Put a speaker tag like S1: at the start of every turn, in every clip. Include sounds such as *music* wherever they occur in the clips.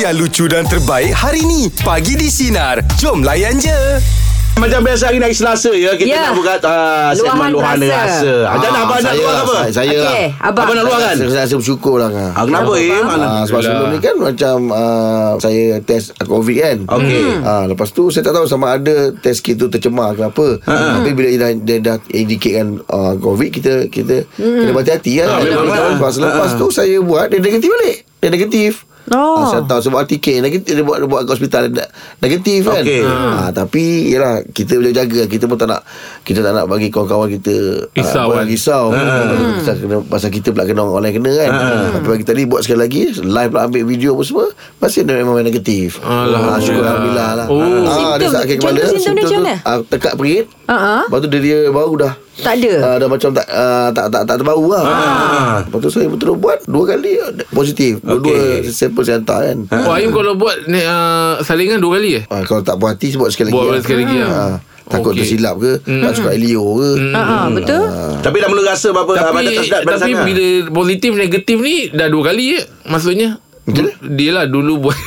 S1: yang lucu dan terbaik hari ni. Pagi di Sinar. Jom layan je.
S2: Macam biasa hari hari Selasa ya Kita
S3: Ya.
S2: nak buka uh, segmen
S3: Luahan
S2: luahan
S3: rasa.
S2: rasa Ah, Macam mana abang nak
S4: saya
S2: luah
S4: lah,
S2: apa?
S4: Saya, saya
S3: Okey,
S4: lah.
S3: abang.
S2: Abang nak luah kan?
S4: Saya rasa bersyukur lah. Kak.
S2: Ah, kenapa Im?
S4: Ah, sebab sebelum ni kan macam ah, saya test COVID kan.
S2: Okey.
S4: Ah, lepas tu saya tak tahu sama ada test kit tu tercemar ke apa.
S2: Ha,
S4: Tapi bila dia dah, dia dah indicate kan ah, COVID kita kita kena berhati-hati kan.
S2: Ah, memang betul. Ha,
S4: lepas, lepas tu saya buat dia negatif balik. Dia negatif.
S3: Oh.
S4: Ah, saya tahu sebab tiket negatif dia buat dia buat kat hospital dia negatif kan.
S2: Okey.
S5: Hmm.
S4: Ah, tapi yalah kita boleh jaga kita pun tak nak kita tak nak bagi kawan-kawan kita ah,
S5: Risau,
S4: orang
S5: kan?
S4: risau hmm. pasal, kena, pasal kita pula kena orang lain kena
S5: Ha,
S4: kan hmm. tapi pagi tadi buat sekali lagi live pula ambil video apa semua masih ada memang negatif
S5: Alhamdulillah.
S4: Ah, syukur Alhamdulillah lah
S5: Oh.
S4: Ah, dia
S3: Simptom-
S4: sakit
S3: contoh
S4: kepala
S3: simptom dia
S4: simptom
S3: macam
S4: tu
S3: mana?
S4: ah, tekak perit
S3: Ah, ah.
S4: lepas tu dia, dia baru dah
S3: Tak ada.
S4: ah, dah macam tak, ah, tak tak tak terbau lah lepas tu saya betul buat dua kali ah, positif dua-dua
S2: Okey.
S4: sampel saya hantar kan
S5: Oh, Aim kalau buat ni, uh, salingan dua kali eh?
S4: Ah, kalau tak puas hati buat sekali lagi
S5: Buat
S4: lah.
S5: sekali lagi lah.
S4: Ah, takut
S5: Okey. Hmm.
S4: tersilap ke tak suka Elio ke
S3: Ha ah, betul.
S2: Tapi dah mula rasa apa
S5: Tapi tapi bila positif negatif ni dah dua kali je maksudnya.
S4: Betul.
S5: Dia lah dulu buat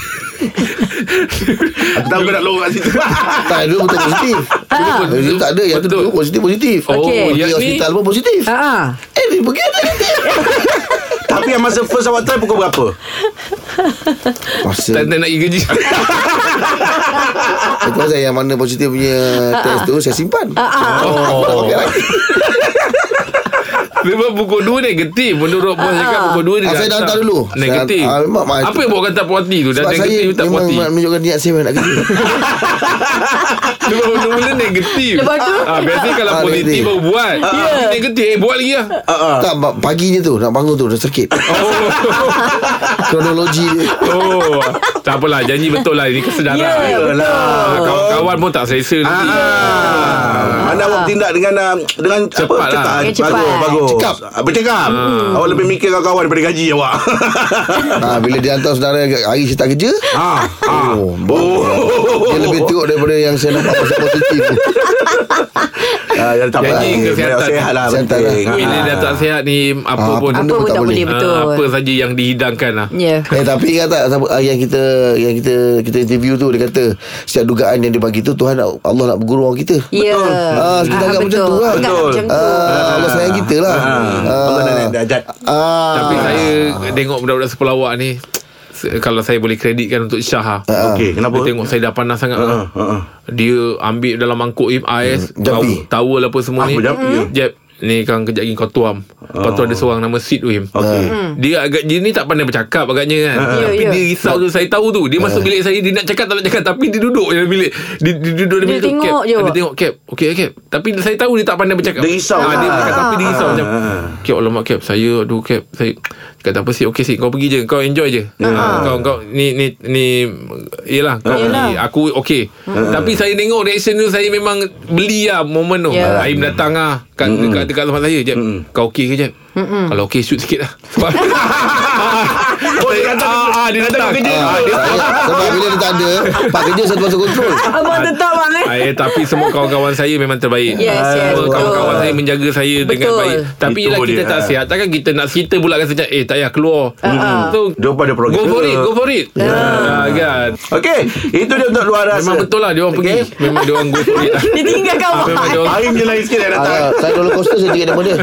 S2: Tahu kau nak lorong kat situ
S4: *laughs* Tak ada pun tak positif
S3: Ah.
S4: Dulu tak ada Yang
S5: Betul.
S4: tu positif positif
S3: Okey.
S5: Oh,
S4: Pergi
S5: yang ni
S4: hospital pun positif
S3: Ha ah.
S4: Eh dia pergi ada negatif
S2: Tapi yang masa first awak try pukul berapa?
S4: Masa
S5: tak, tak nak pergi kerja.
S4: Itu pasal yang mana positif punya
S3: Ah,
S4: Test tu saya simpan Oh tak pakai lagi.
S5: *laughs* Memang pukul 2 negatif Menurut bos cakap pukul 2 dia
S4: Ah, saya dah hantar dulu.
S5: Negatif
S4: Saya- ah, memang, ah,
S5: Apa
S4: itu-
S5: yang buat kata puas hati tu Dah
S4: Sebab saya
S5: negatif tak puas
S4: memang
S5: hati
S4: menunjukkan niat saya nak
S5: *laughs*
S4: kerja
S5: Sebab mula-mula negatif
S3: Lepas tu? Ah. Ya.
S5: ah, Biasanya kalau
S4: Ah,
S5: positif
S4: negatif. Ah,
S5: baru buat yeah. Negatif eh buat lagi lah
S4: Tak ba- paginya tu Nak bangun tu dah
S5: *laughs*
S4: sakit
S5: Oh,
S4: Kronologi dia
S5: oh. Tak apalah Janji betul lah Ini kesedaran
S3: Ya,
S5: Ah, Kawan-kawan pun tak selesa nanti
S4: ah.
S2: Ah. Anda awak tindak dengan ah, dengan
S5: Cepat lah.
S3: Dengan cepat. Hmm.
S2: Bagus, bagus.
S4: Cekap.
S2: Ah, Bercakap. Awak lebih mikir kawan-kawan daripada gaji awak.
S4: ha, Bila dia hantar saudara Hari saya tak kerja
S2: Ah, ah.
S4: Oh, Dia lebih teruk daripada yang saya nampak pasal positif tu.
S2: Ah, yang tak apa.
S5: Janji
S2: Eh,
S5: kesihatan.
S2: Sehat lah
S4: Kesihatan lah.
S2: penting.
S5: Bila
S2: Ah.
S5: dah tak sihat ni Apa
S4: Ah,
S5: pun
S3: Apa
S4: apa Benda
S3: pun tak boleh betul.
S5: ah, Apa saja yang dihidangkan lah
S3: Ya.
S4: Eh tapi ingat tak sama- yang kita yang kita kita interview tu dia kata setiap dugaan yang dia bagi tu Tuhan nak, Allah nak berguru orang kita.
S3: Ya.
S4: Ah, kita anggap macam tu lah.
S3: Anggap
S2: Betul.
S3: macam tu.
S4: Ah, Allah sayang kita lah. Ah.
S2: Allah dah- dah- dah ajat.
S4: Ah.
S5: Tapi saya Tengok budak-budak sekolah awak ni se- Kalau saya boleh kreditkan Untuk Syah ah.
S2: Okey, kenapa?
S5: Dia tengok saya dah panas sangat
S2: Ah,
S5: uh,
S2: ah, ah.
S5: Dia ambil dalam mangkuk im ais
S3: Hmm,
S4: Jampi.
S5: Tawel apa semua
S2: Apa
S5: ni
S2: jampi, ya?
S5: Jap Ni kan kejap lagi kau tuam Lepas tu ada seorang nama Sid Wim
S2: Ah. Okey. Hmm. Ah,
S5: Dia agak Dia ni tak pandai bercakap agaknya kan
S3: Ya,
S5: Tapi
S3: Ah. ya.
S5: dia risau tu Saya tahu tu Dia masuk bilik saya Dia nak cakap tak nak cakap Tapi dia duduk je dalam bilik Dia, dia duduk dalam
S3: Dia
S5: bilik tu,
S3: tengok
S5: Cap.
S3: je,
S5: Dia
S3: Wak.
S5: tengok cap Okey cap Tapi saya tahu dia tak pandai bercakap
S2: Dia risau
S5: Ah,
S2: lah.
S5: Dia bercakap Tapi dia risau macam
S2: Ah.
S5: Cap alamak cap Saya aduh cap Saya Cakap tak apa Sid Okey Sid kau pergi je Kau enjoy je
S3: Ah.
S5: Kau kau Ni ni ni Yelah kau pergi Aku okey
S2: Ah.
S3: Ah.
S5: Tapi saya tengok reaction tu Saya memang Beli lah momen tu
S3: Ya.
S5: Aim datang lah kat, dekat, dekat tempat saya Jep Kau okey ke Jep Kalau okey shoot sikit lah Sebab
S2: *laughs* Oh, dia kata-
S5: Ah, ah, dia
S2: dia kata
S5: datang
S2: kerja.
S5: Ah,
S4: Ah,
S5: dia-
S4: saya, sebab bila dia tak ada Pak kerja saya terpaksa kontrol
S3: Abang tetap bang eh.
S5: Saya tapi semua kawan-kawan saya memang terbaik.
S3: Yes, yes,
S5: Semua
S3: betul.
S5: kawan-kawan saya menjaga saya betul. dengan
S3: Betul.
S5: baik. Tapi
S2: Itu
S5: ialah kita
S2: dia,
S5: tak
S2: ah.
S5: sihat. Takkan kita nak cerita pula kan macam eh tak payah keluar.
S3: ah.
S5: So,
S2: Dia pun ada program
S5: go for
S2: juga.
S5: it, go for it. Ah, kan.
S2: Okey, itu dia untuk luar rasa.
S5: Memang betul lah dia orang pergi. Memang dia orang go for it.
S2: *laughs*
S5: lah.
S3: Dia tinggalkan awak.
S5: Memang dia orang
S2: Aim je lah. lain sikit dah datang.
S4: ah, Saya roller coaster saya tinggal daripada dia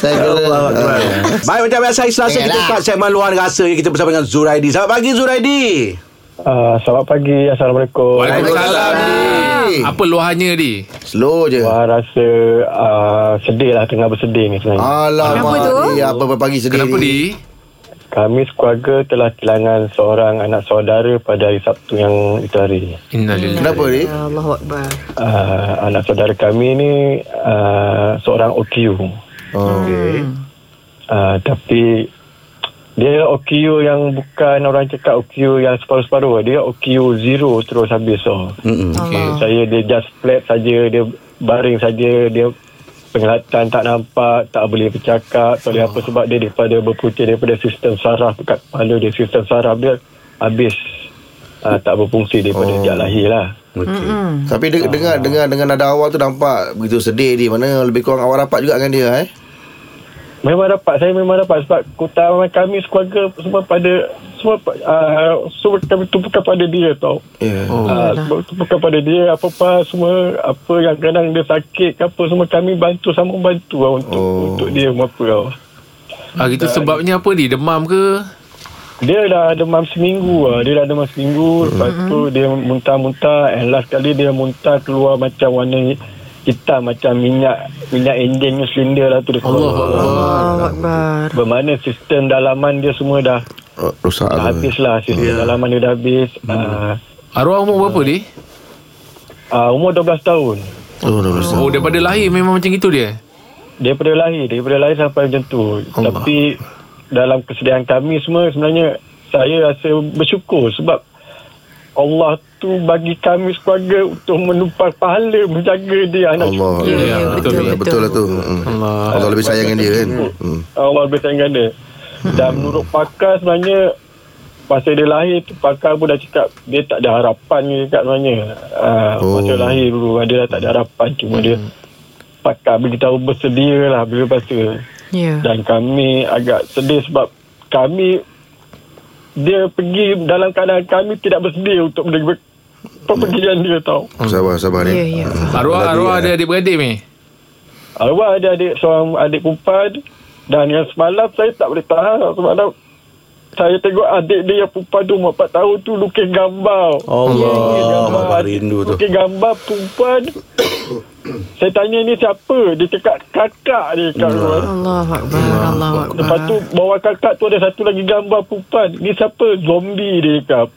S4: Saya kena ah.
S2: Baik macam biasa hari Selasa kita start segmen luar rasa kita bersama dengan Zuraidi. Selamat pagi Zuraidi.
S6: Uh, selamat pagi. Assalamualaikum.
S5: Waalaikumsalam Di. Eh. Apa luahannya Di?
S4: Eh. Slow je
S6: Wah, rasa uh, sedih lah tengah bersedih ni sebenarnya.
S4: Alamak
S3: Kenapa tu?
S4: ni Apa pagi sedih
S5: Kenapa
S4: ni
S5: Di?
S6: Kami sekeluarga telah kehilangan seorang anak saudara pada hari Sabtu yang itu hari.
S5: Innalillahi.
S4: Kenapa ni
S3: Allahu akbar.
S6: Uh, anak saudara kami ni uh, seorang OQ.
S4: Oh. Okey
S3: Hmm.
S6: Uh, tapi dia OQ yang bukan orang cakap OQ yang separuh-separuh. Dia OQ zero terus habis. So.
S5: Okey.
S6: Saya dia just flat saja Dia baring saja Dia penglihatan tak nampak Tak boleh bercakap Tak boleh apa Sebab dia daripada berputih Daripada sistem saraf Dekat kepala dia Sistem saraf dia Habis uh, Tak berfungsi Daripada oh. sejak lahir lah
S2: Okey.
S4: Tapi de- dengar dengar dengan nada awal tu nampak begitu sedih di mana lebih kurang awal rapat juga dengan dia eh.
S6: Memang dapat Saya memang dapat Sebab keutamaan kami Sekeluarga Semua pada Semua uh, Semua kami tumpukan pada dia tau
S4: Yeah.
S5: Oh.
S6: Ah, Sebab tumpukan pada dia Apa-apa Semua Apa yang kadang dia sakit ke Apa semua Kami bantu Sama bantu lah Untuk, oh. untuk dia Apa tau
S5: Hari tu Ah, sebabnya apa ni? Demam ke?
S6: Dia dah demam seminggu lah. Dia dah demam seminggu. Lepas tu dia muntah-muntah. And last kali dia muntah keluar macam warna hitam. Macam minyak minyak enjin ni silinder lah tu. Dia
S5: Allah
S6: keluar.
S5: Allah.
S7: Allahu Akbar.
S6: Bermakna sistem dalaman dia semua dah,
S4: Uh, rosak
S6: dah
S4: lah.
S6: habis lah. Sistem yeah. dalaman dia dah habis. Uh,
S5: Arwah umur berapa ni?
S6: uh, umur 12 tahun.
S4: Oh, dah rosak.
S5: Oh, daripada lahir memang macam gitu dia.
S6: Daripada lahir. Daripada lahir sampai macam tu.
S5: Allah.
S6: Tapi dalam kesedihan kami semua sebenarnya saya rasa bersyukur sebab Allah tu bagi kami sekeluarga untuk menumpang pahala menjaga dia anak
S4: Allah.
S6: cucu.
S7: Ya, ya,
S5: betul,
S7: betul,
S4: Ya,
S7: betul.
S4: betul lah tu. Mm.
S5: Allah.
S4: Allah lebih sayang dengan dia kan.
S3: Hmm.
S4: Mm.
S6: Allah lebih sayang dengan dia. Dan menurut pakar sebenarnya masa dia lahir tu pakar pun dah cakap dia tak ada harapan dia cakap sebenarnya. Uh, oh. Masa
S4: Oh.
S6: lahir dulu dia dah tak ada harapan cuma dia pakar beritahu bersedia lah bila masa.
S7: Ya.
S6: Dan kami agak sedih sebab kami dia pergi dalam keadaan kami tidak bersedia untuk menerima perpergian dia tau.
S3: Hmm.
S4: Sabar, sabar ni. Hmm.
S7: Ya, ya.
S5: Arwah arwah ada adik-beradik ni.
S6: Awal ada adik seorang adik perempuan dan yang semalam saya tak boleh tahan lah semalam saya tengok adik dia yang perempuan tu umur 4 tahun tu lukis gambar.
S2: Allah.
S6: Lukis gambar
S2: Abang
S6: adik-
S2: rindu tu.
S6: Lukis gambar perempuan. saya tanya ni siapa? Dia cakap kakak dia kat
S2: Ya.
S6: luar.
S7: Allahu Akbar. Allahu Akbar.
S6: Lepas tu bawah kakak tu ada satu lagi gambar perempuan. Ni siapa? Zombie dia cakap.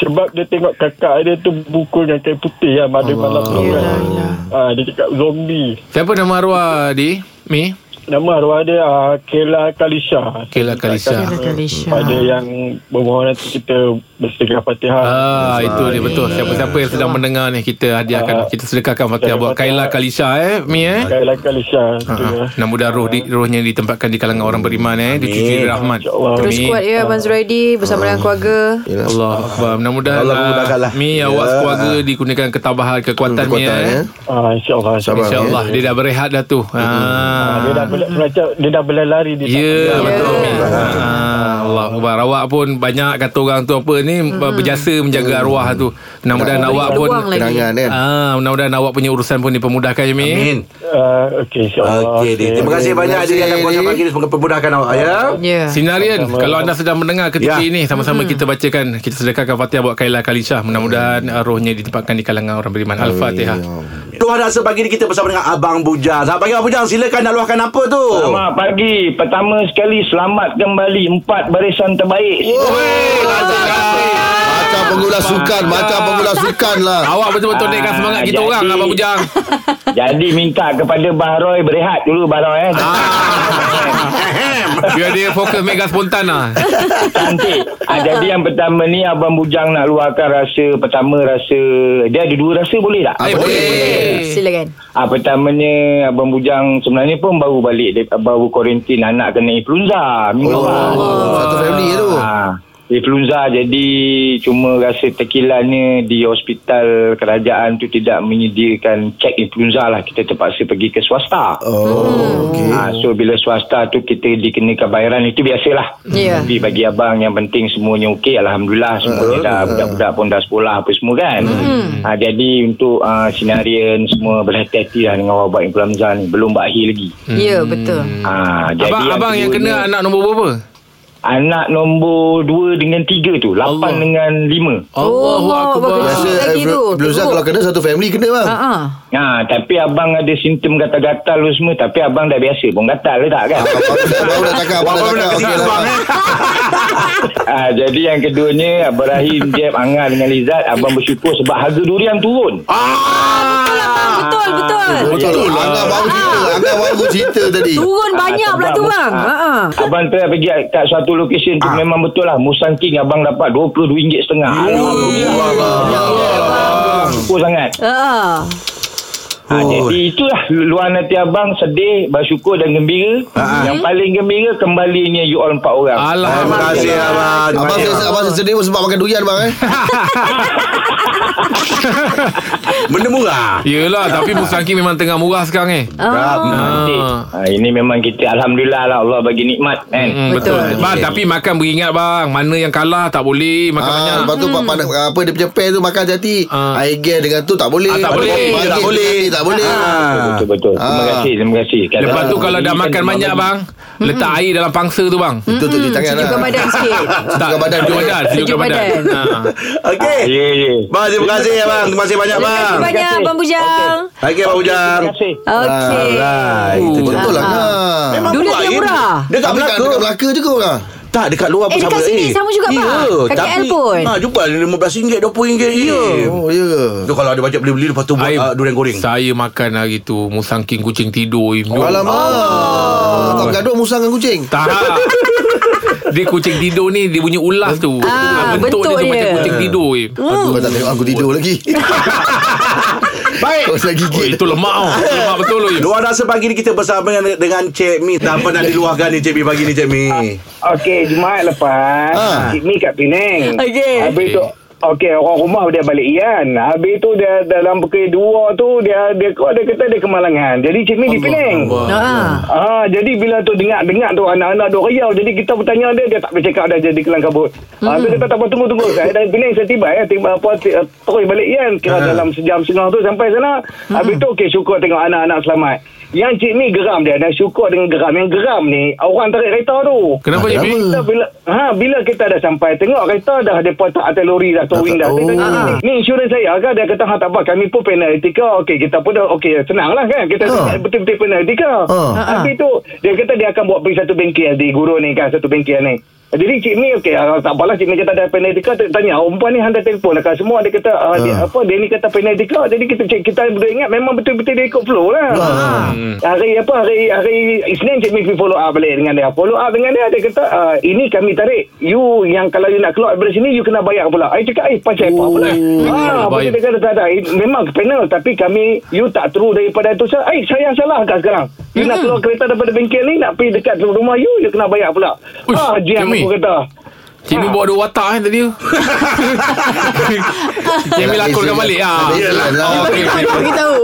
S6: Sebab dia tengok kakak dia tu buku dengan kain putih yang ada malam tu kan.
S7: Yelah, yelah.
S6: Ha, dia cakap zombie.
S5: Siapa nama arwah di? Mi?
S6: Nama arwah dia uh, Kela Kalisha.
S5: Kela Kalisha.
S7: Kela Kalisha.
S6: Pada yang bermohon nanti kita bersedekah Fatihah.
S5: Ah, itu dia betul. Siapa-siapa yang sedang mendengar ni kita hadiahkan,
S6: Ah.
S5: kita sedekahkan Fatihah buat
S6: Fatihah.
S5: Kaila Kalisha eh, Mi eh.
S6: Kela Kalisha.
S5: Ha,
S6: tu
S5: ha.
S6: ya.
S5: Mudah-mudahan roh di, rohnya ditempatkan di kalangan orang beriman eh, dicuci rahmat.
S6: InsyaAllah.
S7: Terus kuat
S5: Ah.
S7: ya Abang Zuraidi bersama dengan keluarga.
S4: Yelah.
S5: Allah Akbar. Mudah-mudahan
S2: Allah
S5: ah,
S2: memudahkan lah.
S5: Mi awak sekeluarga dikurniakan ketabahan kekuatan
S4: Kekuatan
S5: Mi
S4: ya.
S5: eh.
S6: Ah, InsyaAllah. Ah,
S4: Sabar.
S5: InsyaAllah dia dah berehat dah tu. Ha.
S6: Dia dah boleh, macam dia dah boleh lari. Dia tak
S5: Ya yeah,
S6: boleh.
S5: betul Mi. Ah, Allah Akbar Awak pun banyak kata orang tu apa ni Berjasa menjaga arwah tu Mudah-mudahan awak pun
S7: Peluang lagi.
S4: Kenangan kan.
S5: Ah, Mudah-mudahan awak punya urusan pun dipermudahkan ya Mi
S2: Amin.
S6: Ah, Okey, insyaAllah.
S2: Okey, Dik. Terima kasih banyak
S4: Terima
S2: Adi atas
S4: kasih,
S2: kuasa
S4: Dik.
S2: pagi ni. Semoga permudahkan awak ya.
S7: Ya.
S5: Sinarian
S6: Sama-sama.
S5: Kalau anda sedang mendengar ketika
S2: Ya.
S5: ini Sama-sama kita bacakan Kita sedekahkan Fatihah buat Kaila Kalisha Mudah-mudahan
S4: Mm.
S5: uh, rohnya ditempatkan di kalangan orang beriman Al-Fatihah
S2: Luah rasa pagi ni kita bersama dengan Abang Bujang. Selamat pagi Abang Bujang. Silakan nak luahkan apa tu?
S1: Selamat pagi. Pertama sekali selamat kembali empat barisan terbaik.
S4: Macam penggula sukan, macam penggula sukan lah.
S5: Awak betul-betul
S1: Ah,
S5: naikkan semangat kita
S1: jadi-
S5: orang Abang Bujang
S1: *laughs* Jadi minta kepada Bahroi berehat dulu Bahroi eh.
S5: Ah. *laughs* Biar dia fokus mega spontan lah
S1: Cantik. Ah, jadi yang pertama ni Abang Bujang nak luahkan rasa pertama rasa dia ada dua rasa Ah, boleh tak?
S5: Eh, boleh
S7: Silakan.
S1: Ah, pertamanya Abang Bujang sebenarnya pun baru balik dari- baru kuarantin anak kena influenza minggu
S4: Oh,
S1: awal.
S4: satu family je tu.
S1: Ah, influenza jadi cuma rasa tekilannya di hospital kerajaan tu tidak menyediakan cek influenza lah kita terpaksa pergi ke swasta.
S4: Oh, okey.
S1: Ha, so bila swasta tu kita dikenakan bayaran itu lah. biasalah.
S7: Ya.
S1: Tapi bagi abang yang penting semuanya okey alhamdulillah semuanya
S5: Ah,
S1: dah budak-budak pun dah sekolah apa semua kan.
S4: Hmm.
S1: Ha, jadi untuk uh, sinarian semua berhati-hati lah dengan wabak influenza ni belum bakhi lagi.
S4: Hmm.
S7: Ya,
S8: Mm.
S7: betul.
S1: Ha, jadi
S5: Abang, abang yang
S1: keduanya-
S5: kena anak nombor berapa?
S1: Anak nombor 2 dengan 3 tu 8
S5: Allah.
S1: dengan 5
S5: Allahu Akbar
S7: bagus.
S4: Biasa
S7: Lagi
S4: eh,
S7: tu,
S4: Bluza
S7: teruk.
S4: kalau kena satu family kena bang.
S7: Ha
S1: Ha, tapi abang ada simptom gatal-gatal tu semua Tapi abang dah biasa pun gatal ke tak kan
S5: Ah,
S1: *laughs*
S4: Baru dah cakap, baru dah cakap. Okey lah.
S1: ha, Jadi yang keduanya Abang
S7: *laughs*
S1: Rahim, Jeb, Angar dengan Lizat Abang bersyukur sebab harga durian turun Ah,
S7: Abang, betul, betul.
S4: Ah!
S7: Ah.
S4: Betul lah. Angah baru cerita. Angah baru cerita tadi.
S1: Ah,
S7: Turun banyak pula tu bang. Ha ah.
S1: Abang telah pergi kat suatu lokasi
S4: Ah.
S1: tu Memang betul lah Musang King abang dapat
S4: Ya.
S7: Ah,
S1: RM22.5 Alhamdulillah Bersyukur sangat
S7: Ha.
S1: Ah,
S9: Ha, jadi itulah luar nanti abang sedih, bersyukur dan gembira.
S4: Ah,
S9: Yang paling gembira kembalinya you all empat orang.
S1: Ah,
S2: Terima
S5: Alhamdulillah.
S2: kasih abang. Terima kasih,
S4: Abang saya,
S2: abang.
S4: abang
S3: Ah.
S4: saya sedih pun sebab makan durian bang eh.
S2: Benda
S9: Ah.
S2: murah.
S5: Yelah Tapi Pusaki memang tengah murah sekarang eh
S3: Ah,
S9: Cantik.
S5: Ah.
S9: Ha, ini memang kita alhamdulillah lah Allah bagi nikmat kan.
S5: Mm, betul.
S3: Betul.
S5: Bang, tapi makan beringat bang. Mana yang kalah tak boleh makan banyak.
S4: Ah, lepas tu hmm. pandang, apa dia punya pair tu makan hati.
S5: Ah.
S4: Air gas dengan tu tak boleh.
S5: Ah, tak
S4: Ada
S5: boleh.
S4: kopi,
S2: Tak boleh.
S4: Tak boleh. Tak boleh.
S9: Betul betul. Terima
S4: Ah.
S9: kasih, terima kasih. Kadang-
S5: Lepas tu kalau dah
S9: ini
S5: makan
S9: kan
S5: banyak
S9: memang-
S5: bang, letak air dalam pangsa tu bang.
S4: Itu tu Hmm. cuci tangan lah.
S3: Sejukkan badan
S4: *laughs*
S3: sikit
S5: Tak,
S4: badan.
S5: sejuk badan, sejuk
S3: Sejuk
S5: badan.
S3: badan.
S5: Ha.
S2: Okey.
S9: Ya, ya.
S2: Bang, terima kasih abang. Terima kasih banyak
S3: Terima
S2: bang.
S3: kasih banyak Abang Bujang
S2: Okey, Abang Ujang.
S9: Terima kasih.
S3: Okey
S8: Ah.
S2: Alright.
S5: Oh.
S4: Betul lah. Kak.
S2: Memang
S3: Dulu
S2: murah,
S3: dia
S2: eh.
S3: murah.
S2: Dekat
S4: Tapi kat-
S2: Melaka.
S4: Dekat Melaka je kau lah.
S2: Tak, dekat luar pun
S3: Eh, dekat
S2: sama.
S3: sini sama juga,
S2: ya,
S3: Pak. KKL
S2: tapi,
S3: pun.
S2: Ha, jumpa RM15, RM20. Ya.
S4: Oh, ya ke?
S2: Tu kalau ada bajet beli-beli lepas tu buat uh,
S5: Saya-
S2: durian goreng.
S5: Saya makan hari tu musangking kucing tidur. Im.
S4: Alamak. Tak bergaduh Ah. musang dengan kucing.
S5: Oh. Tak. dia kucing tidur ni dia punya ulas tu.
S3: Ah, bentuk
S5: bentuk, dia, tu
S3: dia.
S5: macam kucing tidur. Im. Hmm.
S4: Aku tak tengok aku tidur lagi. Baik. Kau saya
S5: Oh,
S4: gigit.
S5: itu lemak tau. Lemak betul loh. Im.
S2: Luar rasa pagi ni kita bersama dengan, dengan Cik Mi. Tak apa nak diluahkan ni Cik Mi pagi ni Cik
S3: *laughs*
S2: Mi.
S9: Okey, Jumaat lepas ha. Cik Mi kat Penang
S3: Okey.
S9: Habis tu Okey, orang rumah dia balik Ian. Habis tu dia dalam pukul 2 tu dia dia kau dia kata dia kemalangan. Jadi Cik Mi di Penang.
S3: Ah.
S9: Ah, jadi bila tu dengar-dengar tu anak-anak duk riau. Jadi kita bertanya dia, dia tak boleh cakap dah jadi kelang kabut. Ah, dia kata tak apa tunggu-tunggu. Saya dari Penang saya tiba ya, tiba apa ti- eh, terus balik Ian. Kira dalam sejam setengah tu sampai sana. Habis tu okey syukur tengok anak-anak selamat. Yang Cik Mi geram dia dan syukur dengan geram. Yang geram ni orang tarik kereta tu.
S5: Kenapa Im?
S9: Kita bila ha bila kita dah sampai tengok kereta dah depa tak atas lori dah towing dah. Saya tanya, ni, ni insurans saya ke? Dia kata ha tak apa kami pun penalty ke. Okey kita pun dah okey senanglah kan. Kita
S4: Ha.
S9: betul-betul penalty ke.
S4: Ha.
S9: Tapi Ah. tu dia kata dia akan buat pergi satu bengkel di guru ni kan satu bengkel ni. Jadi Cik Mi okey ah, tak apalah Cik Mi kata ada penalty ke tanya oh, perempuan ni hantar telefon lah kan semua dia kata ah, dia, apa dia ni kata penalty ke jadi kita cik, kita boleh ingat memang betul-betul dia ikut flow lah. Hmm. Hari apa hari hari Isnin Cik Mi pergi follow up balik dengan dia. Follow up dengan dia dia kata ah, ini kami tarik you yang kalau you nak keluar dari sini you kena bayar pula. Ai cakap ai pasal apa pula. Ah,
S5: bayar.
S9: betul dia kata tak ada It- memang penal tapi kami you tak true daripada tu. Saya ai saya yang salah kat sekarang. You nak keluar kereta daripada bengkel ni nak pergi dekat rumah you you kena bayar pula.
S5: Uish,
S9: ah
S5: Cik
S9: jian
S5: Mi.
S9: aku kata. Ah.
S5: Cik Mi bawa dua watak eh tadi tu. Cik Mi lakonkan balik ah.
S4: Yelah.
S5: Oh, okey, okey.
S3: Bagi tahu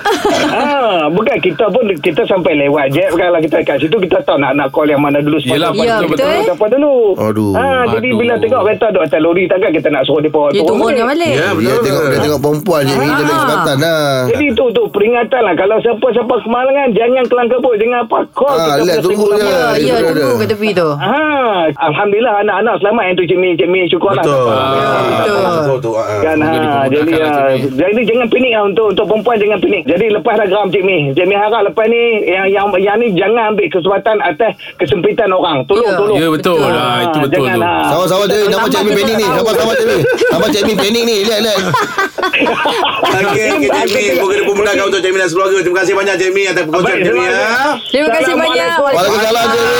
S9: *laughs* Ah, bukan kita pun kita sampai lewat je kalau kita kat situ kita tahu nak nak call yang mana dulu
S5: Yelah,
S9: siapa
S3: Ya,
S9: dulu,
S3: betul,
S9: siapa
S3: eh.
S9: siapa dulu.
S4: Aduh,
S9: Ah, jadi
S5: aduh.
S9: bila tengok kereta duk atas lori takkan kita nak suruh depa
S3: Dia turunkan balik
S2: Ya,
S4: Dia
S2: betul.
S4: tengok dia tengok perempuan je ni dia bagi kesempatan lah.
S9: Ah. Jadi tu tu peringatan lah kalau siapa-siapa kemalangan jangan kelang kabut jangan apa call
S4: Ah,
S9: kita
S4: relax,
S9: pula
S4: tunggu
S9: tengok
S4: je.
S9: lama.
S3: Ya, ya,
S4: Ada,
S3: tunggu
S4: ada.
S3: kat tepi tu
S9: Ah, alhamdulillah anak-anak selamat yang tu Cik Mi, Cik Mi syukurlah.
S2: Betul.
S3: Ya,
S5: Ah,
S3: Betul.
S2: Betul tu. ah, ah.
S9: Kan,
S5: Semoga
S9: ha,
S5: dipermudahkan
S9: jadi,
S5: lah,
S9: ha,
S5: Cik Mi.
S9: jadi jangan pening lah untuk, untuk perempuan jangan pening. Jadi lepas dah geram Cik Mi. Cik Mi harap lepas ni yang, yang, yang ni jangan ambil kesempatan atas kesempitan orang. Tolong,
S3: Ya.
S9: tolong.
S5: Ya betul
S3: Betul.
S5: lah Itu betul
S9: jangan,
S5: tu
S9: ah.
S4: Sabar-sabar je Nampak Cik Mi
S3: Nampak
S4: panik
S3: kita
S4: ni
S3: tahu.
S4: Sabar-sabar Cik Mi Nampak Cik Mi panik ni Relax relax
S2: Okey, okey, Cik Mi. Moga dipermudahkan untuk Cik Mi dan sekeluarga. Terima kasih banyak Cik Mi atas perkongsian
S9: Baik,
S2: Cik Mi.
S9: terima
S2: ya.
S9: kasih.
S3: Terima kasih banyak
S9: Assalamualaikum.
S4: Waalaikumsalam Cik Mi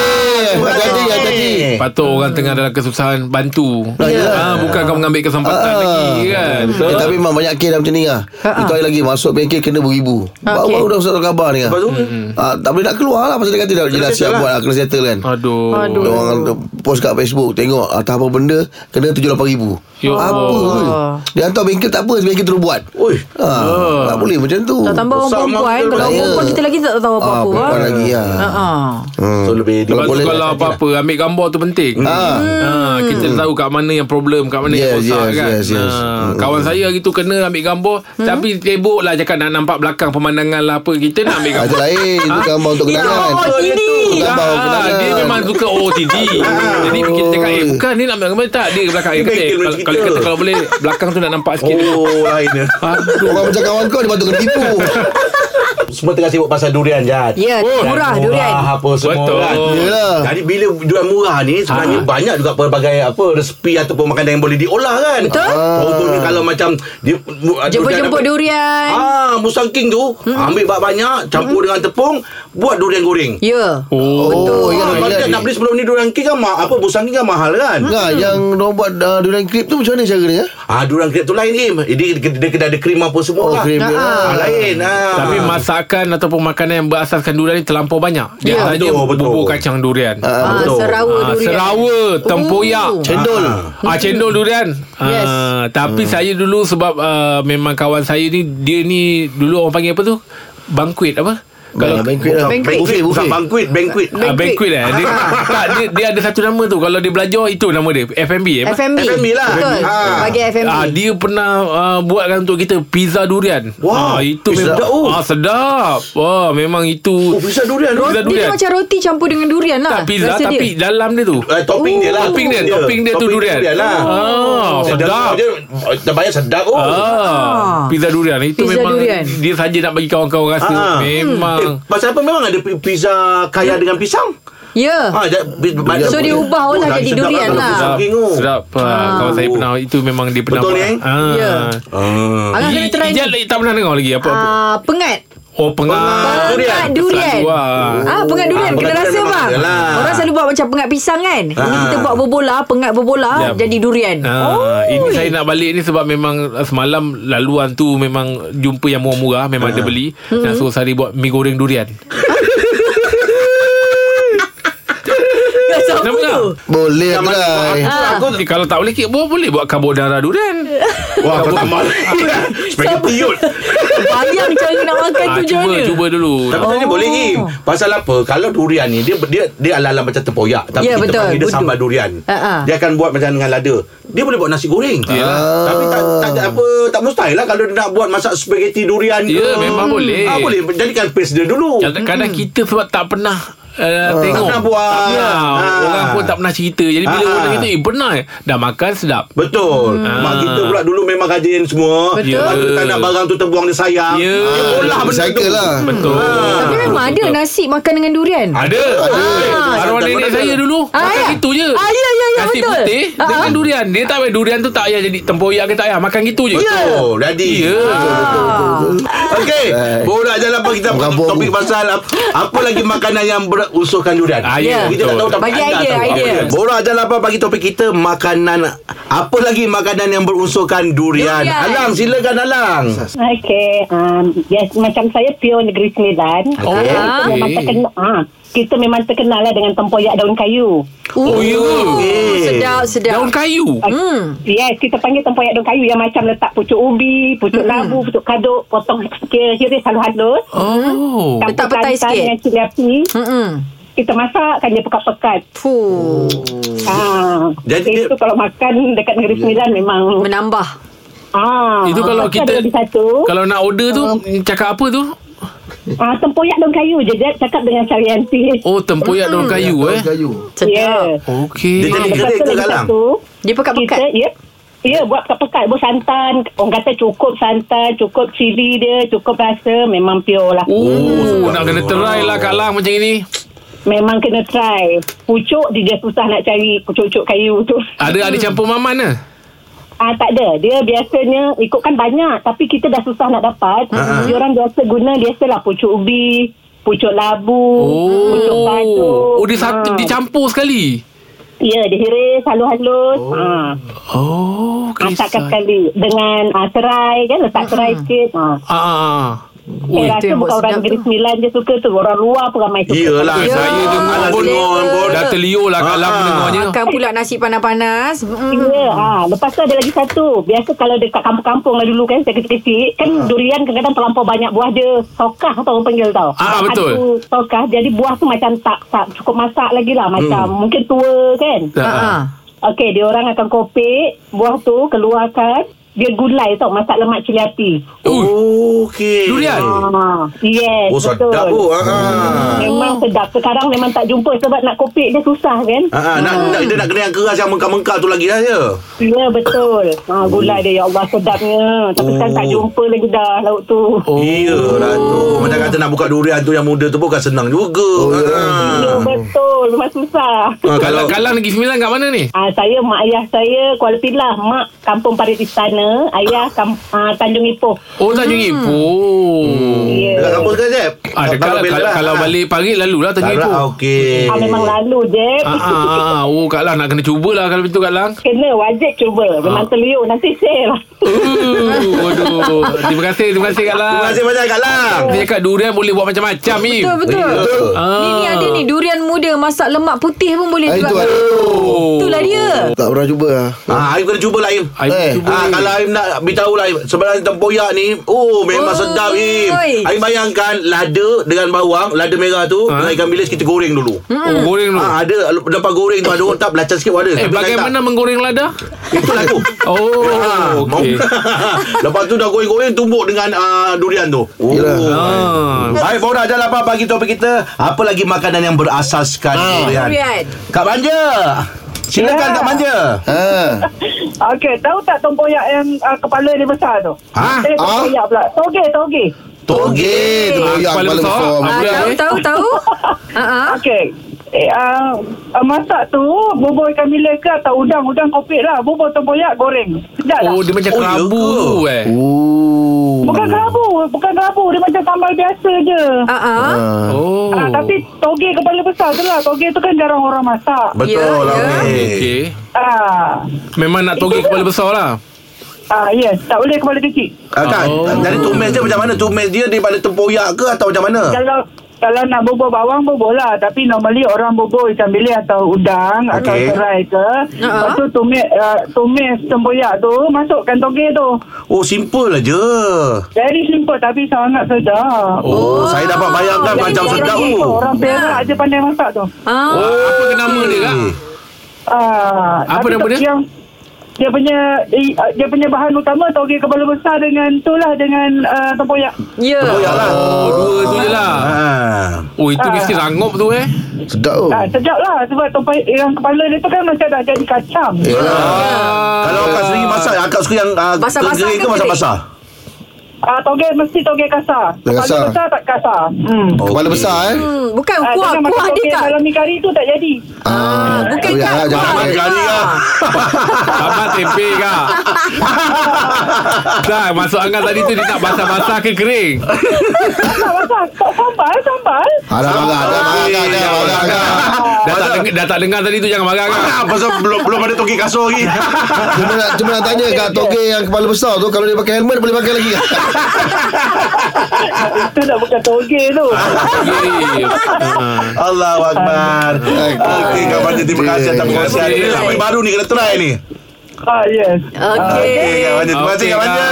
S4: Hati-hati Hati-hati
S5: Patut orang tengah dalam kesusahan Bantu
S4: Ya.
S5: ha, Bukan kau mengambil kesempatan
S4: Ah.
S5: lagi kan so,
S4: Eh, tapi memang banyak kes dah macam ni lah
S3: Ha,
S4: Itu hari lagi masuk bengkel kena beribu Baru-baru dah surat khabar ni lah
S2: Lepas tu?
S5: Hmm.
S4: Ah, Tak boleh nak keluar lah Pasal dia kata dah jelas siap buat lah, Kena settle kan
S5: Aduh,
S3: Aduh.
S5: Aduh.
S4: Orang post kat Facebook Tengok atas apa benda Kena RM78,000
S5: Ya
S4: Apa
S5: Allah.
S4: ni? Dia hantar bengkel tak apa Bengkel terus buat
S2: Oi.
S4: ha,
S5: Ya.
S4: Tak boleh macam tu
S3: Tak tambah orang
S2: Besar
S3: perempuan
S2: mata
S3: Kalau
S4: raya.
S3: perempuan kita lagi tak tahu
S4: Ah,
S3: apa-apa
S4: perempuan
S3: ah.
S4: lagi lah
S3: Ah, ah.
S4: Hmm.
S2: So lebih lah.
S5: Lepas
S2: dia.
S5: tu
S4: boleh
S5: kalau
S4: tak
S5: apa-apa Ambil gambar tu penting
S4: Ha.
S5: Ha, kita tahu kat mana yang problem Kat mana yang
S4: Hmm. Yes,
S5: rosak
S4: yes,
S5: kan
S4: yes, yes. Hmm.
S5: Ha, Kawan saya hari tu kena ambil gambar Tapi sibuk lah Cakap nak nampak belakang Pemandangan lah apa Kita nak ambil
S4: Ah, Itu
S5: gambar
S4: lain Itu gambar untuk
S3: Dia
S4: kenangan
S3: oh, ini
S4: Itu gambar untuk
S5: Ah,
S4: kenangan
S5: dia memang suka OOTD
S4: *laughs*
S5: Jadi kita cakap Eh bukan ni nak ambil gambar Tak dia belakang Dia
S2: Dia
S5: kata eh,
S2: bengkel
S5: kalau,
S2: macam
S5: kalau
S2: kita.
S5: kata kalau boleh Belakang tu nak nampak sikit *laughs*
S2: Oh, lainnya.
S5: Aduh
S4: Orang macam kawan kau Dia patut kena tipu
S2: Semua tengah sibuk pasal durian, Jad.
S3: Ya
S5: Oh,
S3: murah
S2: Murah,
S3: durian
S2: apa semua
S5: Betul. Ah.
S2: kan.
S4: Yelah
S2: Jadi bila durian murah ni sebenarnya ha. banyak juga pelbagai apa resepi ataupun makanan yang boleh diolah kan.
S3: Betul.
S2: Contohnya kalau macam dia mu- durian
S3: Jemput-jemput
S2: apa-
S3: durian
S2: Ah, musang king tu hmm. ambil bak banyak campur hmm. dengan tepung buat durian goreng.
S3: Ya
S5: Oh,
S4: Oh,
S2: Kalau
S4: yang lepas
S2: dia nak beli sebelum ni Durian cake kan ma- Apa busang ni kan mahal kan
S4: Nah, yang orang buat uh, durian crepe tu macam mana cara dia?
S2: Ah, durian cake tu lain Im Dia, dia, dia, dia ada krim apa semua
S4: Oh,
S2: lah
S4: krim dia.
S2: ah, Lain ah.
S5: Tapi masakan ataupun makanan yang berasaskan durian ni terlampau banyak. Di
S2: Ya.
S5: antaranya
S2: Betul, betul.
S5: bubur kacang durian.
S4: Ah,
S3: Ah,
S2: betul.
S3: serawa
S5: Ah,
S3: durian.
S5: serawa, tempoyak.
S3: Oh.
S4: Cendol.
S3: *laughs*
S5: Ah cendol durian.
S3: Yes.
S5: Ah, tapi
S2: Hmm.
S5: saya dulu sebab ah, memang kawan saya ni dia ni dulu orang panggil apa tu? Banquet apa?
S4: Kalau
S5: Kalau
S4: banquet lah.
S3: Banquet.
S4: Buffet,
S2: Buffet, bukan
S4: buffet.
S2: banquet, banquet.
S5: Ah, banquet eh. Dia, *laughs* tak, dia, dia ada satu nama tu. Kalau dia belajar itu nama dia FMB eh.
S3: FMB.
S2: FMB lah.
S3: Betul.
S2: Ha.
S3: Bagi FMB.
S5: Ah dia pernah uh, buatkan untuk kita pizza durian.
S2: Wow.
S5: Ah, itu
S2: Pizza.
S5: memang
S2: Oh.
S5: ah sedap. Wah, memang
S2: Oh,
S5: itu
S2: pisah durian. Roti.
S5: Roti.
S3: Dia
S5: durian.
S3: macam roti campur dengan durian lah.
S5: tak pizza
S3: Rasa
S5: tapi
S3: dia.
S5: dalam dia tu.
S2: Uh, topping dia lah.
S5: Topping dia, topping dia tu durian.
S2: lah.
S5: Ah, sedap.
S2: Dia, oh, tak payah sedap. Oh.
S5: Ah, pizza durian itu
S3: Pizza
S5: memang
S3: durian.
S5: dia saja nak bagi kawan-kawan
S2: Ah.
S5: rasa.
S2: Eh,
S5: Memang
S2: pasal apa memang ada pi- pizza kaya dengan pisang?
S3: Ya.
S2: Ha, dia,
S3: So, dia ubah olah jadi durian lah.
S5: sedap. Sedap. Ah, kawan saya
S2: Oh.
S5: pernah itu memang dia pernah.
S2: Betul ni,
S5: buat.
S2: eh? Ah.
S5: Ah.
S3: Ya. Abang kena try
S5: Ijat
S3: ni.
S5: tak pernah dengar lagi apa apa.
S3: Ah, pengat.
S5: Oh
S2: Pengat
S5: pengat.
S2: durian.
S3: Pengat durian.
S5: Selalu lah.
S3: Ah, pengat durian
S2: Ah,
S3: kena
S2: pengat
S3: rasa
S2: durian
S3: bang.
S2: memang ada
S5: Ah.
S2: lah.
S3: Orang selalu buat macam pengat pisang kan. Ini
S2: Ah.
S3: kita buat berbola, pengat berbola
S5: Jam.
S3: jadi durian.
S5: Ya. Ah, ini saya nak balik ni sebab memang uh, semalam laluan tu memang jumpa yang murah-murah
S3: Ah.
S5: memang ada beli
S3: Hmm.
S5: dan suruh Sari buat mi goreng durian.
S3: Rasa apa
S5: Kenapa
S3: tu?
S5: tak?
S4: Boleh
S2: eh.
S4: try.
S5: Aku
S3: Ah.
S5: ni kalau tak boleh kek buat boleh buat carbonara
S3: *laughs*
S5: durian.
S2: Wah, kau tak malu.
S7: Eh.
S2: Spaghetti yut.
S3: Bayang cara nak makan
S5: Ah,
S3: tu macam
S5: cuba
S3: mana?
S5: cuba dulu.
S2: Tapi
S3: Oh.
S2: tanya boleh Im Pasal apa Kalau durian ni Dia dia dia ala-ala macam tempoyak Tapi
S3: Ya,
S2: kita
S3: betul.
S2: panggil dia
S3: Budu.
S2: sambal durian
S3: Ha,
S5: Ah.
S3: ha.
S2: Dia akan buat macam dengan lada Dia boleh buat nasi goreng
S5: Yalah.
S2: Tapi tak, tak ada apa Tak mustahil lah Kalau dia nak buat masak spaghetti durian ke
S5: Ya, memang boleh.
S2: ha, Boleh jadikan paste dia dulu Ah.
S5: Kadang-kadang kita sebab tak pernah Uh, tengok
S2: pernah buat.
S5: tak pernah.
S2: Ah.
S5: Orang pun tak pernah cerita Jadi
S2: Ah.
S5: bila orang cerita Eh pernah eh? Dah makan sedap Ah.
S2: Betul hmm. Mak kita pula dulu memang kajian semua
S3: Betul.
S2: Mak kita tak nak barang tu terbuang dia sayang
S5: Ya.
S2: Dia olah benda tu Hmm. Ah.
S4: Recycle lah.
S5: Betul
S3: Tapi memang ada nasi makan dengan durian.
S5: Ada
S2: Ada.
S5: Arwah nenek
S2: Ada.
S5: saya dulu
S3: Ah,
S5: Makan
S3: ya.
S5: gitu je
S3: Ah, ya, ya, ya,
S5: Nasi
S3: betul.
S5: putih
S3: Ah,
S5: Dengan
S3: ah.
S5: durian Dia tak payah Durian tu tak payah jadi Tempoyak ke tak payah Makan gitu je
S2: Betul Jadi
S5: Ya Ah.
S2: Okey, borak jalan apa kita
S4: Bukan
S2: topik
S4: bohong.
S2: topik pasal apa, apa lagi makanan yang berusulkan durian.
S5: Ah, ya,
S2: Kita tak
S5: betul.
S2: tahu tapi
S3: Bagi
S2: anda
S3: idea,
S2: tahu.
S3: idea.
S2: Borak jalan apa bagi topik kita makanan apa lagi makanan yang berunsurkan durian.
S3: Durian.
S2: Alang silakan Alang.
S7: Okey, um, yes, macam saya pure Negeri Sembilan.
S2: Oh,
S7: Ah, kita memang
S5: okey.
S7: terkenal. Ah, kita memang terkenal lah dengan tempoyak daun kayu.
S5: Oh, ya.
S3: Oh, Sedap, sedap.
S5: Daun kayu
S7: Hmm. Yes, kita panggil tempoyak daun kayu yang macam letak pucuk ubi,
S3: Hmm.
S7: pucuk labu, pucuk kaduk, potong kecil-kecil halus-halus.
S5: Oh
S7: Campur
S3: petai
S7: santan
S3: sikit.
S7: Dengan cili api.
S3: Mm-mm.
S7: Kita masakkan dia pekat-pekat.
S3: Fuh.
S7: Ah,
S2: Jadi dia-
S7: Jadi itu kalau makan dekat
S5: Ya.
S7: Negeri Sembilan memang...
S3: Menambah.
S7: ah,
S5: Itu kalau
S7: lepas tu ada
S5: kita
S7: lagi satu.
S5: Kalau nak order tu Cakap apa tu
S7: Ah, tempoyak daun kayu je. Dia cakap dengan Syarianti.
S5: Oh tempoyak daun kayu eh
S4: Kayu.
S7: Ya.
S3: Sedap.
S5: Okey
S2: Dia jadi
S7: Lepas
S2: gerik
S7: tu
S2: ke
S7: lagi
S2: Alang?
S7: satu,
S3: Dia pekat-pekat.
S7: Kita, ya. Ya, buat pekat-pekat. Buat santan. Orang kata cukup santan, cukup cili dia, cukup rasa. Memang pure lah.
S2: Oh,
S5: Oh, nak kena try lah Kak Lang macam ini.
S7: Memang kena try. Pucuk dia je susah nak cari pucuk-pucuk kayu tu.
S5: Ada ada campur maman eh? ke?
S7: Ah tak ada. Dia biasanya ikutkan banyak tapi kita dah susah nak dapat.
S5: Ha,
S7: Uh-huh. Dia orang biasa guna biasalah pucuk ubi, pucuk labu, pucuk padu.
S5: Oh. Oh, dia satu
S7: Ah.
S5: dicampur sekali.
S7: Ya, dihiris halus-halus. Oh. Ah.
S5: Oh, Ha, krisai.
S7: Masakkan sekali dengan ah, serai kan letak serai sikit. Ah.
S5: Ah, ah, ah.
S7: Saya
S3: itu
S7: rasa
S3: yang buat
S7: bukan orang
S3: sedap
S7: Negeri
S3: tu.
S7: Sembilan je suka tu. Orang luar pun ramai suka.
S2: Iyalah
S5: Ya, saya dengar
S2: Alang
S5: pun-
S2: dengar pun.
S5: Dah terliur lah Kak Lang
S2: Ah.
S5: mendengarnya.
S3: Makan pula nasi panas-panas. Mm.
S7: Ya, ha. lepas tu ada lagi satu. Biasa kalau dekat kampung-kampung lah dulu kan, saya kecil-kecil, kan durian kadang-kadang terlampau banyak buah dia. Sokah atau orang panggil tau.
S5: Ah, betul.
S7: Satu sokah, jadi buah tu macam tak, tak cukup masak lagi lah. Macam hmm. mungkin tua kan.
S2: Ha,
S5: Ah, ah.
S3: Ah.
S7: Okey, dia orang akan kopek buah tu, keluarkan. Dia gulai tau, masak lemak cili api.
S5: Uh,
S2: Okey.
S5: Durian.
S7: Ah, yes,
S2: Oh,
S7: betul.
S2: sedap oh. Ha.
S7: Memang sedap. Sekarang memang tak jumpa sebab nak kopek dia susah kan.
S2: Ha, nak,
S3: Hmm.
S2: nak dia nak kena yang keras yang mengkar-mengkar tu lagi lah ya.
S7: Ya betul. Ha gulai dia ya Allah sedapnya. Tapi
S2: Oh.
S7: sekarang tak jumpa lagi dah lauk tu.
S5: Oh.
S2: Iyalah tu. Macam kata nak buka durian tu yang muda tu bukan senang juga. Ah, Oh,
S7: Ya betul. Memang susah.
S5: Kak Lang, Kak Lang Negeri Sembilan kat mana ni?
S7: Ah ha, saya mak ayah saya Kuala Pilah, mak kampung Parit Istana. sana ayah kam, uh, Tanjung Ipoh.
S5: Oh Tanjung
S3: Hmm.
S5: Ipoh
S7: Ya.
S2: Dekat kampus ke Jeb?
S5: Ah, dekat lah, Oh. kalau, kalau balik Parit lalu lah Tanjung
S2: Kalau
S5: Ipoh
S2: okey
S7: Ah, memang lalu je.
S5: Ah, ah,
S7: *laughs*
S5: ah. Oh Kak Lang nak kena cubalah Kalau begitu Kak Lang
S7: Kena wajib cuba. Memang terliur nanti share lah.
S5: Uh, Ah. Aduh Terima kasih Terima kasih Kak Lang
S2: Terima kasih banyak Kak Lam
S5: Dia cakap durian boleh buat macam-macam ni
S3: Betul betul.
S5: Ah.
S3: Ni ni ada ni durian muda masak lemak putih pun boleh
S4: Ah,
S3: juga.
S4: itu ada.
S3: Itulah dia.
S4: Tak pernah cuba lah.
S2: Oh. Ah, Aim kena cuba lah Aim
S5: Aim
S4: Eh,
S5: cuba
S2: Ah,
S5: ni.
S2: kalau Aim nak beritahu lah Aim Sebenarnya tempoyak ni Oh memang
S3: Oi.
S2: sedap Aim Aim bayangkan Lada dengan bawang Lada merah tu
S5: Ha?
S2: Dengan ikan bilis kita goreng dulu
S5: Oh goreng tu
S2: Ah, ada lepas goreng tu ada orang tak belacan sikit pun ada.
S5: Eh
S2: Tapi
S5: bagaimana
S2: lain
S5: menggoreng lada
S2: tak. itulah
S5: *laughs*
S2: aku.
S5: Oh
S2: Ah,
S5: okey.
S2: *laughs* Lepas tu dah goreng-goreng tumbuk dengan ah, durian tu. Oh.
S4: Yelah.
S5: Ah.
S2: Baik, baru dah jalan apa pagi topik kita. Apa lagi makanan yang berasaskan
S4: Ah.
S8: Ah,
S2: durian?
S3: Durian.
S2: Kak Manja. Silakan
S8: Ya.
S2: Kak Manja.
S4: Ha.
S8: Okey, tahu tak tempoyak yang uh, kepala dia besar tu?
S2: Ha?
S8: Eh, tempoyak pula. Toge, toge.
S4: Toge,
S5: Ah,
S4: teroyak
S5: kepala
S4: kepala
S5: besar.
S4: besar.
S5: Ah,
S3: Ah,
S5: Durian,
S3: tahu
S5: eh?
S3: tahu
S8: *laughs*
S3: tahu. Ha ah.
S8: Okey. Eh, uh, uh, masak tu bubur ikan bilis ke atau udang-udang kopik lah. Bubur tempoyak goreng. Sedap lah.
S5: Oh dia
S2: Oh,
S5: macam
S2: ya
S5: kerabu eh
S4: Oh.
S8: Bukan kerabu. Bukan kerabu. Dia macam sambal biasa je.
S3: Ha ah.
S4: Ah.
S5: Oh
S8: Ah, tapi toge kepala besar tu lah. Toge tu kan jarang orang masak.
S2: Betul
S3: Ya,
S2: lah.
S3: ya.
S2: Okey.
S5: Okey
S8: Ah,
S5: Memang nak toge
S8: kan-
S5: kepala besar lah
S8: ah yes. Tak boleh kepala kecil.
S2: Ah, Kak,
S5: Oh.
S2: jadi tumis dia macam mana? Tumis dia daripada tempoyak ke atau macam mana?
S8: Kalau kalau nak bubur bawang bubur lah tapi normally orang bubur ikan bilis atau udang okay. atau
S2: Okey.
S8: serai ke lepas tu tumis uh, tumis tempoyak tu masukkan toge tu
S2: Oh, simple aja.
S8: very simple tapi sangat sedap
S2: Oh, saya dapat bayangkan
S8: Jadi
S2: macam
S8: orang
S2: sedap
S8: Ipoh,
S2: tu.
S8: orang perak je pandai masak tu
S3: Ah.
S5: Oh, apa ke nama dia kak?
S8: ah,
S5: Apa
S8: tapi
S5: nama dia?
S8: yang, dia punya eh, ah, dia punya bahan utama toge kepala besar dengan tu lah dengan uh, tempoyak
S3: Ya.
S2: Tempoyak lah.
S5: Oh, dua tu je lah.
S2: Ah.
S5: Oh, itu mesti rangup tu eh.
S4: Sedap oh. tu.
S8: ah, sedap lah sebab tempoyak yang kepala dia tu kan macam dah jadi kacang
S5: Ah.
S2: Kalau akak sendiri masak Akak suka yang uh,
S3: Basah-basah ke
S2: Kering ke
S3: kering?
S2: masak-basah
S8: Ah, toge mesti toge kasar.
S4: Toge
S8: Kalau
S4: kasar.
S8: besar tak kasar. Hmm.
S4: Kepala
S2: Okey.
S4: besar eh.
S3: Hmm, bukan
S8: Ah,
S3: kuah kuah
S8: jangan makan
S3: dia
S8: toge
S3: kak.
S8: dalam mi kari tu tak jadi.
S3: Ah, bukan
S4: Toyak
S3: kak.
S4: lah, jangan
S3: Kuah
S4: makan
S3: dia,
S2: kari
S3: Kak.
S5: Sambal tempe kak. Tak, masuk angan tadi tu dia nak basah-basah ke kering?
S8: Tak basah. Tak sambal, sambal.
S4: Ada marah, ada marah, ada marah, ada marah, ada marah.
S5: Dah tak, dengar, dah tak dengar tadi tu jangan marah kan? kak.
S2: Ah, pasal belum belum ada toki kasur lagi.
S4: *laughs* Cuma nak, cuma nak tanya kat toge yang kepala besar tu Kalau dia pakai helmet boleh pakai lagi
S8: *laughs* Itu dah bukan toge tu.
S5: Okey. Ah.
S2: *laughs* Allahu Akbar. Okey, Kak Manja Ah, terima kasih atas
S4: Okey.
S2: perkongsian. Ini sampai baru ni kena try ni.
S8: Ah, yes.
S2: Okey,
S3: Okey.
S2: Kak Manja terima kasih
S5: Okey,
S2: Kak
S5: Kak.
S2: Manja.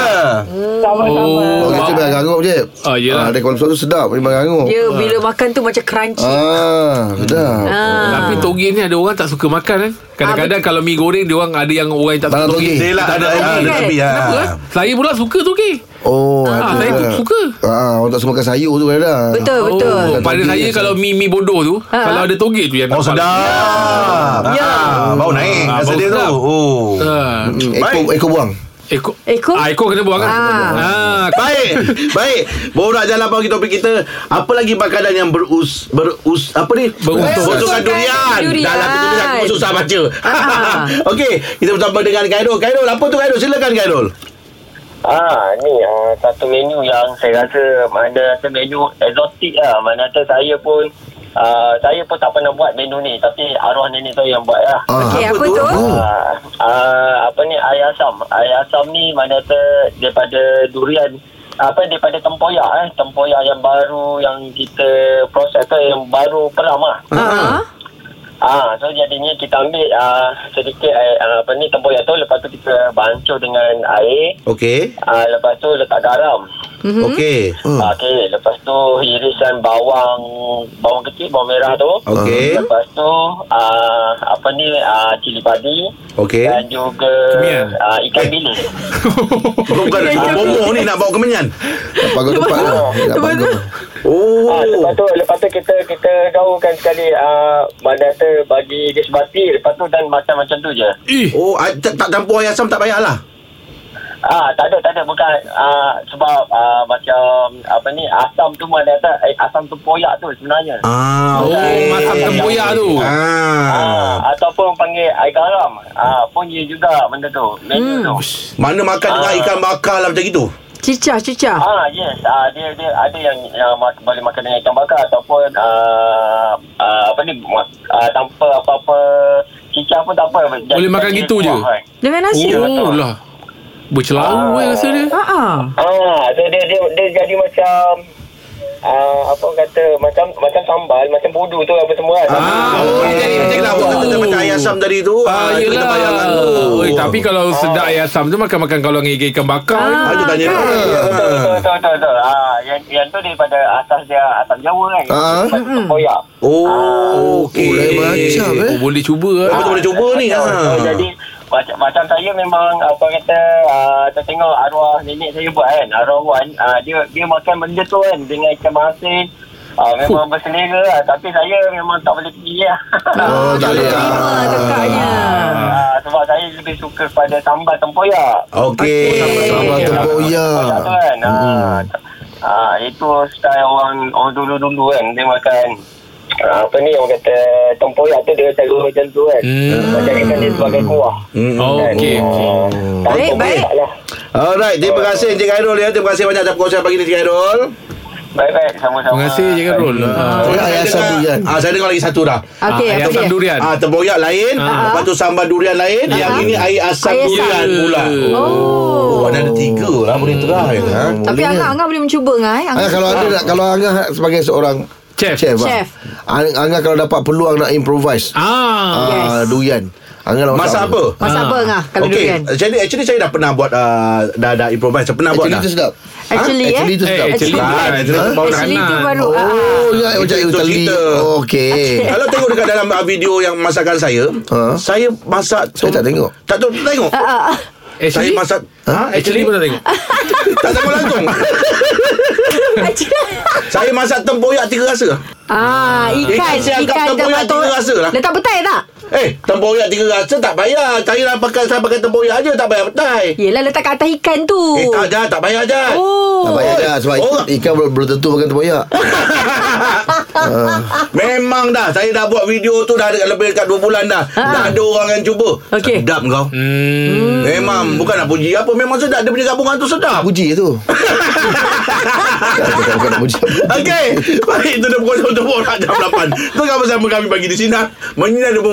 S8: Sama-sama.
S5: Oh.
S4: Orang kita biar gangup je
S5: Ah, yelah.
S4: Ada kepala besar tu sedap Memang gangup
S3: Ya, bila makan tu macam crunchy.
S4: Ah, sedap
S3: Ah.
S5: Tapi toge ni ada orang tak suka makan eh. Kadang-kadang kalau mi goreng dia orang ada yang orang yang tak suka
S4: Tangan
S5: toge.
S4: toge.
S2: Dia lah ada ada
S3: Okey.
S2: tepi ah.
S5: Apa? eh? Saya pula suka toge.
S4: Oh,
S5: Ah,
S4: ada
S5: saya
S4: juga.
S5: tu suka.
S4: Ah, orang tak suka makan sayur tu kadang.
S3: Betul betul.
S5: Oh, pada
S4: Toge
S5: saya
S4: je.
S5: kalau mi mi bodoh tu,
S3: ah.
S5: kalau ada toge tu yang
S2: Oh,
S5: nampak.
S2: sedap.
S3: Ya.
S2: Ah, Bau naik
S5: Ah,
S2: rasa
S5: bau
S2: dia tu.
S5: sedap.
S2: Oh.
S5: Ah.
S4: Hmm, Ekor,
S2: Baik.
S4: ekor buang.
S5: Ekor
S3: Ekor?
S5: Ah, ekor kena buang kan?
S3: Ah.
S5: Ah,
S2: Baik, baik. Baru nak jalan pagi topik kita. Apa lagi makanan yang berus berus apa ni?
S5: Beruntung.
S2: Beruntungan durian.
S3: Durian.
S2: Dah lah aku tulis aku pun susah baca.
S3: Ah.
S2: *laughs* Okey, kita bersama dengan Khairul. Khairul, apa tu Khairul? Silakan Khairul.
S10: Ah, ni uh, satu menu yang saya rasa mana rasa menu eksotik lah. Mana rasa saya pun uh, saya pun tak pernah buat menu ni tapi arwah nenek saya yang buat lah.
S4: Ah.
S3: Okey,
S2: Apa
S3: apa
S2: tu?
S3: tu?
S10: Ah, ah, apa ni air asam. Air asam ni mana kata daripada durian apa daripada tempoyak eh tempoyak yang baru yang kita proses tu yang baru pelam lah.
S3: Ah.
S10: Ah, so jadinya kita ambil ah, sedikit air, ah, apa ni tempoyak tu lepas tu kita bancuh dengan air
S2: Okey.
S10: Ah, lepas tu letak garam.
S3: Mhm.
S2: Okey.
S10: Hmm.
S4: Ah.
S10: Okey, lepas tu irisan bawang bawang kecil, bawang merah tu.
S2: Okey.
S10: Lepas tu ah, apa ni ah, cili padi
S2: Okey.
S10: dan juga
S5: Cumian.
S10: ah, ikan bilis. Ah,
S2: Bukan bukan Ah. bomoh ni nak bawa ke menyan.
S4: Tak pagar tempat lah. Tak
S3: Lepas tu?
S4: pagar.
S10: Ah,
S2: Oh.
S10: lepas tu lepas tu kita kita gaulkan sekali ah, mana tu bagi dia sebati lepas tu dan macam macam tu je.
S5: Ih.
S2: Oh, ah, tak, tak campur ayam asam tak payahlah.
S10: Ah, tak ada, tak ada. Bukan ah, sebab ah, macam apa ni asam tu mana kata eh, asam tempoyak tu sebenarnya.
S2: Ah,
S5: Oh,
S2: okey.
S5: masam tempoyak tu.
S2: Ah.
S10: Ah, ataupun panggil air garam. Ah, pun dia juga benda tu. Menu tu.
S2: Hmm. Mana makan dengan ikan bakar lah macam itu?
S3: Cicah, cicah.
S10: Ah yes, ah, dia dia ada yang, yang mak, boleh makan dengan ikan bakar ataupun ah, ah, apa ni mak, ah, tanpa apa-apa cicah pun tak apa.
S5: Boleh makan gitu je?
S3: Dengan nasi.
S10: Ya.
S5: Oh lah. Bercelau eh rasa dia.
S3: Ha ah.
S10: Ah, dia, dia dia dia jadi macam ah, apa orang kata macam macam sambal, macam budu tu apa semua. kan.
S5: Ah,
S2: Oh, jadi macam
S5: Oh.
S2: awak kata macam ayam asam tadi tu.
S5: Ah,
S2: itu kita bayangkan tu.
S5: yelah. Oi, Oh, eh, tapi kalau sedap ayam asam tu makan-makan kalau dengan ikan bakar. eh.
S3: Ah.
S2: Ah, itu tanya.
S10: Betul, betul, betul, betul, betul. Ah, yang, yang tu daripada asas dia asam Jawa kan.
S4: Ah.
S10: Macam koyak.
S2: Oh,
S4: Oh, lain
S2: okey.
S4: macam
S5: Oh,
S4: eh.
S5: boleh cuba eh.
S2: Apa tu boleh cuba ni?
S4: ha.
S10: So,
S2: Ah.
S10: Jadi macam macam saya memang apa kata uh, saya tengok arwah nenek saya buat kan arwah wan uh, dia dia makan benda tu kan dengan ikan masin uh, memang berselera lah tapi saya memang tak boleh pergi lah
S4: Oh, tak boleh.
S3: Terima kakaknya.
S10: uh, sebab saya lebih suka kepada sambal tempoyak
S2: Okey.
S4: Sambal
S5: Okey.
S4: tempoyak.
S10: tempoyak tu kan uh,
S2: Ah,
S10: uh, itu style orang orang dulu-dulu kan dia makan uh, apa ni orang kata tempoyak tu dia selalu macam tu kan
S5: Hmm.
S10: macam ikan dia sebagai kuah
S2: Hmm,
S5: Oh,
S10: lah.
S5: Okey.
S3: Baik, baik.
S2: Alright, terima kasih Encik Khairul ya. Terima kasih banyak atas perkongsian pagi ni Encik Khairul.
S10: Baik-baik, sama-sama.
S5: Terima kasih je Karul. Ah.
S4: Tempoyak ayam asam
S2: dengar-
S4: durian.
S2: Ah, saya dengar lagi satu dah.
S3: Okey,
S5: Ah,
S3: apa
S5: ayam asam
S3: dia?
S5: durian.
S2: Ah, tempoyak lain, lepas tu sambal durian lain, yang ini air asam
S3: Air asam.
S2: durian pula.
S3: Oh.
S2: Oh, ada ada tiga lah boleh try
S3: Tapi
S2: ha.
S4: Boleh,
S3: Angah,
S4: kan?
S3: Angah boleh mencuba Angah eh.
S4: Ah,
S3: Angah.
S4: kalau ada nak- kalau Angah sebagai seorang
S5: Chef.
S4: chef, ah.
S3: Chef.
S4: Ang- Angah kalau dapat peluang nak improvise ah,
S5: Ah.
S4: durian. Angah nak
S2: Masak apa?
S4: Ah.
S3: Masak apa Angah kalau
S2: okay.
S3: durian?
S2: Jadi actually saya dah pernah buat uh, dah dah improvise. Saya pernah buat
S4: Actually
S2: dah.
S4: tu sedap.
S3: Actually,
S4: Ah,
S3: eh?
S4: Actually tu sedap.
S5: Eh, actually
S2: Ah,
S5: bukan.
S2: actually tu
S5: Bau
S3: Actually
S5: kanan.
S3: tu baru.
S4: Oh,
S3: Oh.
S4: ya macam
S2: Itu- itu
S4: Italy.
S2: cerita.
S4: Okey.
S2: Kalau tengok dekat dalam ah, video yang masakan saya,
S4: Ha?
S2: saya masak
S4: Saya tak tengok.
S2: Tak tu tak
S3: Ah,
S2: tengok. Saya
S5: Actually,
S2: masak
S4: Ha?
S5: Ah, actually pun tak tengok.
S2: *laughs* tak tengok
S3: *laughs*
S2: langsung. saya masak tempoyak tiga rasa.
S3: Ah,
S2: Ikan
S3: ikan,
S2: siangkap
S3: ikan
S2: tempoyak
S3: tu.
S2: tiga rasa lah.
S3: Letak petai tak?
S2: Eh, tempoyak tiga rasa tak payah. Saya nak pakai saya pakai tempoyak aja tak payah petai.
S3: Yelah letak kat atas ikan tu.
S2: Eh, tak dah, tak payah dah.
S3: Oh.
S4: Tak payah dah sebab
S2: Orang-
S4: ikan belum, belum tentu makan tempoyak.
S2: *laughs* Memang dah Saya dah buat video tu Dah dekat lebih dekat 2 bulan dah ha. Dah ada orang yang cuba
S3: Okey.
S2: Sedap kau
S5: Hmm.
S2: Memang Bukan nak puji apa Memang sedap Dia punya gabungan tu sedap
S4: Puji tu. Tak, Bukan bukan nak puji.
S2: Okey Baik itu dia pukul untuk orang jam 8 Tengah bersama kami pagi di sini Menyinar dia pun